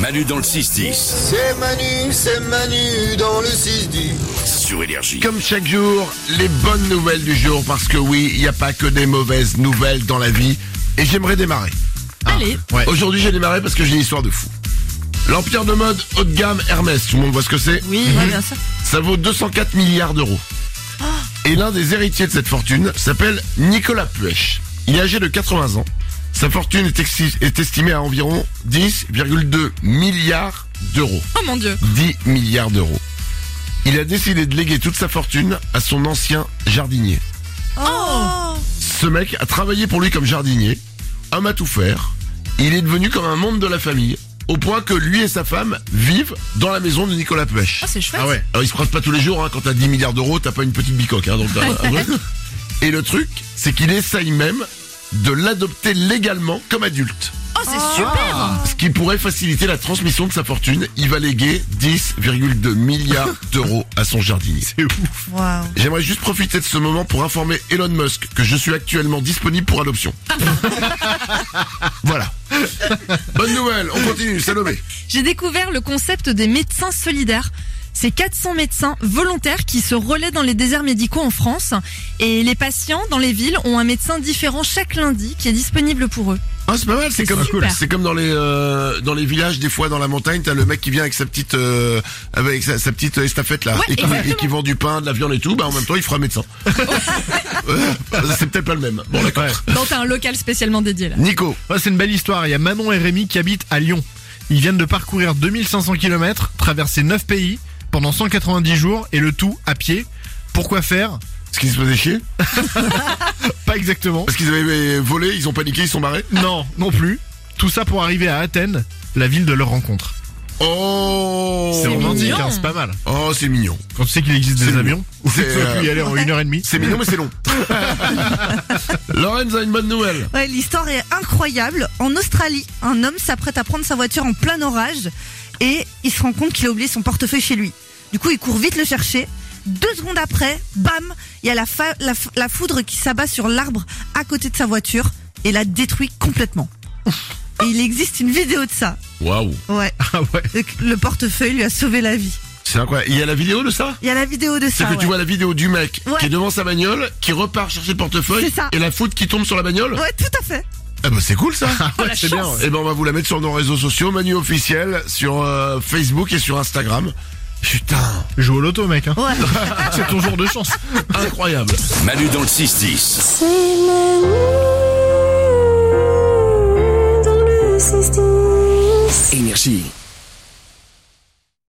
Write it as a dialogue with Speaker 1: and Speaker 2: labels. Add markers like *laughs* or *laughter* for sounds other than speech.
Speaker 1: Manu dans le 6-10
Speaker 2: C'est Manu, c'est Manu dans le 6-10.
Speaker 1: sur Énergie.
Speaker 3: Comme chaque jour, les bonnes nouvelles du jour, parce que oui, il n'y a pas que des mauvaises nouvelles dans la vie. Et j'aimerais démarrer. Ah,
Speaker 4: Allez.
Speaker 3: Ouais. Aujourd'hui, j'ai démarré parce que j'ai une histoire de fou. L'empire de mode haut de gamme Hermès, tout le monde voit ce que c'est Mhm.
Speaker 4: Oui, Ah. ouais, bien sûr.
Speaker 3: Ça vaut 204 milliards d'euros. Et l'un des héritiers de cette fortune s'appelle Nicolas Puech. Il est âgé de 80 ans. Sa fortune est, exi- est estimée à environ 10,2 milliards d'euros.
Speaker 4: Oh mon dieu.
Speaker 3: 10 milliards d'euros. Il a décidé de léguer toute sa fortune à son ancien jardinier.
Speaker 4: Oh.
Speaker 3: Ce mec a travaillé pour lui comme jardinier, homme à tout faire. Il est devenu comme un membre de la famille, au point que lui et sa femme vivent dans la maison de Nicolas Pêche.
Speaker 4: Ah, c'est chouette.
Speaker 3: Ah ouais. Alors, ils se croisent pas tous les jours, hein. quand t'as 10 milliards d'euros, t'as pas une petite bicoque. Hein, donc t'as
Speaker 4: *laughs*
Speaker 3: un vrai. et le truc, c'est qu'il essaye même de l'adopter légalement comme adulte.
Speaker 4: Oh, c'est super.
Speaker 3: Ce qui pourrait faciliter la transmission de sa fortune, il va léguer 10,2 milliards d'euros à son jardinier.
Speaker 4: Waouh.
Speaker 3: J'aimerais juste profiter de ce moment pour informer Elon Musk que je suis actuellement disponible pour *laughs* adoption. voilà. Bonne nouvelle, on continue, Salomé.
Speaker 4: J'ai découvert le concept des médecins solidaires. C'est 400 médecins volontaires qui se relaient dans les déserts médicaux en France. Et les patients dans les villes ont un médecin différent chaque lundi qui est disponible pour eux.
Speaker 3: Ah, c'est pas mal, c'est comme
Speaker 4: super.
Speaker 3: c'est comme dans les euh, dans les villages des fois dans la montagne, t'as le mec qui vient avec sa petite euh, avec sa, sa petite estafette là
Speaker 4: Ouais,
Speaker 3: et, qui,
Speaker 4: exactement.
Speaker 3: et qui vend du pain, de la viande et tout, bah en même temps il fera *laughs* médecin. Euh, c'est peut-être pas le même. Bon d'accord.
Speaker 4: Dans un local spécialement dédié là.
Speaker 3: Nico,
Speaker 5: Ouais, c'est une belle histoire. Il y a Manon et Rémi qui habitent à Lyon. Ils viennent de parcourir 2500 km, traverser 9 pays pendant 190 jours et le tout à pied. Pourquoi faire
Speaker 3: ce qu'ils se faisaient chier *laughs*
Speaker 5: Pas exactement.
Speaker 3: parce qu'ils avaient volé, ils ont paniqué, ils sont barrés.
Speaker 5: Non, non plus. Tout ça pour arriver à Athènes, la ville de leur rencontre.
Speaker 3: Oh
Speaker 5: C'est romantique,
Speaker 4: mignon.
Speaker 5: hein, c'est pas mal.
Speaker 3: Oh, c'est mignon.
Speaker 5: Quand tu sais qu'il existe
Speaker 3: C'est
Speaker 5: des
Speaker 3: mignon.
Speaker 5: avions, où tu
Speaker 3: C'est, euh,
Speaker 5: peux y aller en une heure et demie.
Speaker 3: C'est mignon, mais c'est
Speaker 6: *laughs*
Speaker 3: long. Lorenz a une bonne nouvelle.
Speaker 6: Ouais, l'histoire est incroyable. En Australie, un homme s'apprête à prendre sa voiture en plein orage et il se rend compte qu'il a oublié son portefeuille chez lui. Du coup, il court vite le chercher. Deux secondes après, bam, il y a la, fa- la f- la foudre qui s'abat sur l'arbre à côté de sa voiture et la détruit complètement. Et il existe une vidéo de ça.
Speaker 3: Waouh. *laughs*
Speaker 6: Ouais.
Speaker 5: Ah ouais.
Speaker 6: Donc, Le portefeuille lui a sauvé la vie.
Speaker 3: C'est incroyable. Il y a la vidéo de ça
Speaker 6: Il y a la vidéo de
Speaker 3: C'est
Speaker 6: ça.
Speaker 3: que tu
Speaker 6: Ah ouais.
Speaker 3: vois la vidéo du mec
Speaker 6: Ouais.
Speaker 3: qui est devant sa bagnole, qui repart chercher le portefeuille
Speaker 6: C'est ça.
Speaker 3: et la foudre qui tombe sur la bagnole.
Speaker 6: Ouais, tout à fait.
Speaker 3: Ah bah c'est cool ça.
Speaker 5: *laughs* Ah ouais, c'est bien. ouais.
Speaker 3: Eh ben on va vous la mettre sur nos réseaux sociaux, Manu officiel, sur euh, Facebook et sur Instagram. Putain,
Speaker 5: Joue au loto, mec. hein.
Speaker 6: Ouais.
Speaker 5: *laughs* c'est ton jour de chance.
Speaker 3: incroyable.
Speaker 1: Manu dans le 6-10.
Speaker 7: C'est Manu dans le 6-10.
Speaker 8: Énergie.